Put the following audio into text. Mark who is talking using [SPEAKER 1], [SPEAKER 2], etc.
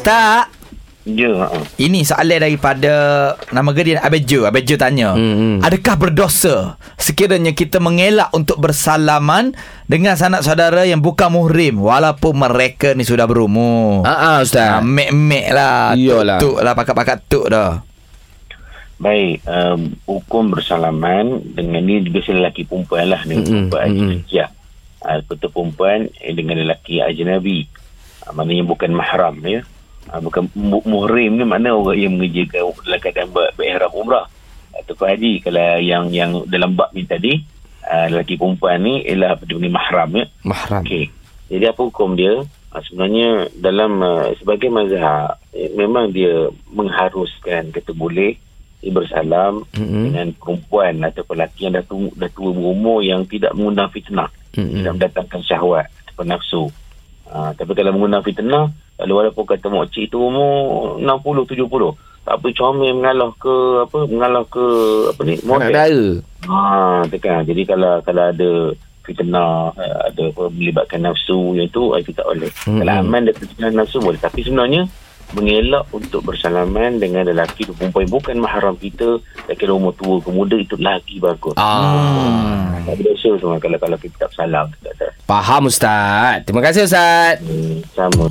[SPEAKER 1] Ustaz,
[SPEAKER 2] Ya. ha.
[SPEAKER 1] ini soalan daripada nama gerin Abang Jo. Abang Jo tanya,
[SPEAKER 3] Hmm, hmm.
[SPEAKER 1] adakah berdosa sekiranya kita mengelak untuk bersalaman dengan sanak saudara yang bukan muhrim walaupun mereka ni sudah berumur? Ha?
[SPEAKER 3] Ah, ah ustaz. Um,
[SPEAKER 1] mek-mek lah,
[SPEAKER 3] Iyalah.
[SPEAKER 1] tuk-tuk lah, pakat-pakat tuk dah.
[SPEAKER 2] Baik, um, hukum bersalaman dengan ni biasa lelaki perempuan lah dengan
[SPEAKER 3] Mm-mm,
[SPEAKER 2] perempuan
[SPEAKER 3] mm-mm.
[SPEAKER 2] ajnabiah. Uh, kata perempuan eh, dengan lelaki ajnabi. Uh, maknanya bukan mahram ya. Uh, bukan mu- muhrim ni makna orang yang mengerjakan dalam keadaan ber- berihram umrah ataupun haji kalau yang yang dalam bab ni tadi uh, lelaki perempuan ni ialah dia panggil mahram ya.
[SPEAKER 3] mahram.
[SPEAKER 2] Okey. Jadi apa hukum dia? Ah, Sebenarnya dalam ah, sebagai mazhab eh, memang dia mengharuskan kata boleh eh, bersalam
[SPEAKER 3] Mm-mm.
[SPEAKER 2] dengan perempuan atau lelaki yang dah tua, dah tua berumur yang tidak mengundang fitnah,
[SPEAKER 3] Mm-mm.
[SPEAKER 2] tidak mendatangkan syahwat atau nafsu. Ah, tapi kalau mengundang fitnah, kalau walaupun kata makcik tu umur 60 70, tak apa comel mengalah ke apa mengalah ke apa ni
[SPEAKER 3] Anak
[SPEAKER 2] model.
[SPEAKER 3] dara.
[SPEAKER 2] Ha, tekan. Jadi kalau kalau ada fitnah, eh, ada apa, melibatkan nafsu yang tu, eh, kita tak boleh.
[SPEAKER 3] Mm-mm.
[SPEAKER 2] Kalau aman dan fitnah nafsu boleh. Tapi sebenarnya, mengelak untuk bersalaman dengan lelaki atau perempuan yang bukan mahram kita, lelaki yang umur tua ke muda, itu lagi bagus. Ah.
[SPEAKER 3] Ah.
[SPEAKER 2] Tak berdosa semua kalau, kalau kita tak salam. Tak, tak.
[SPEAKER 3] Faham ustaz. Terima kasih ustaz.
[SPEAKER 2] Hmm, sama.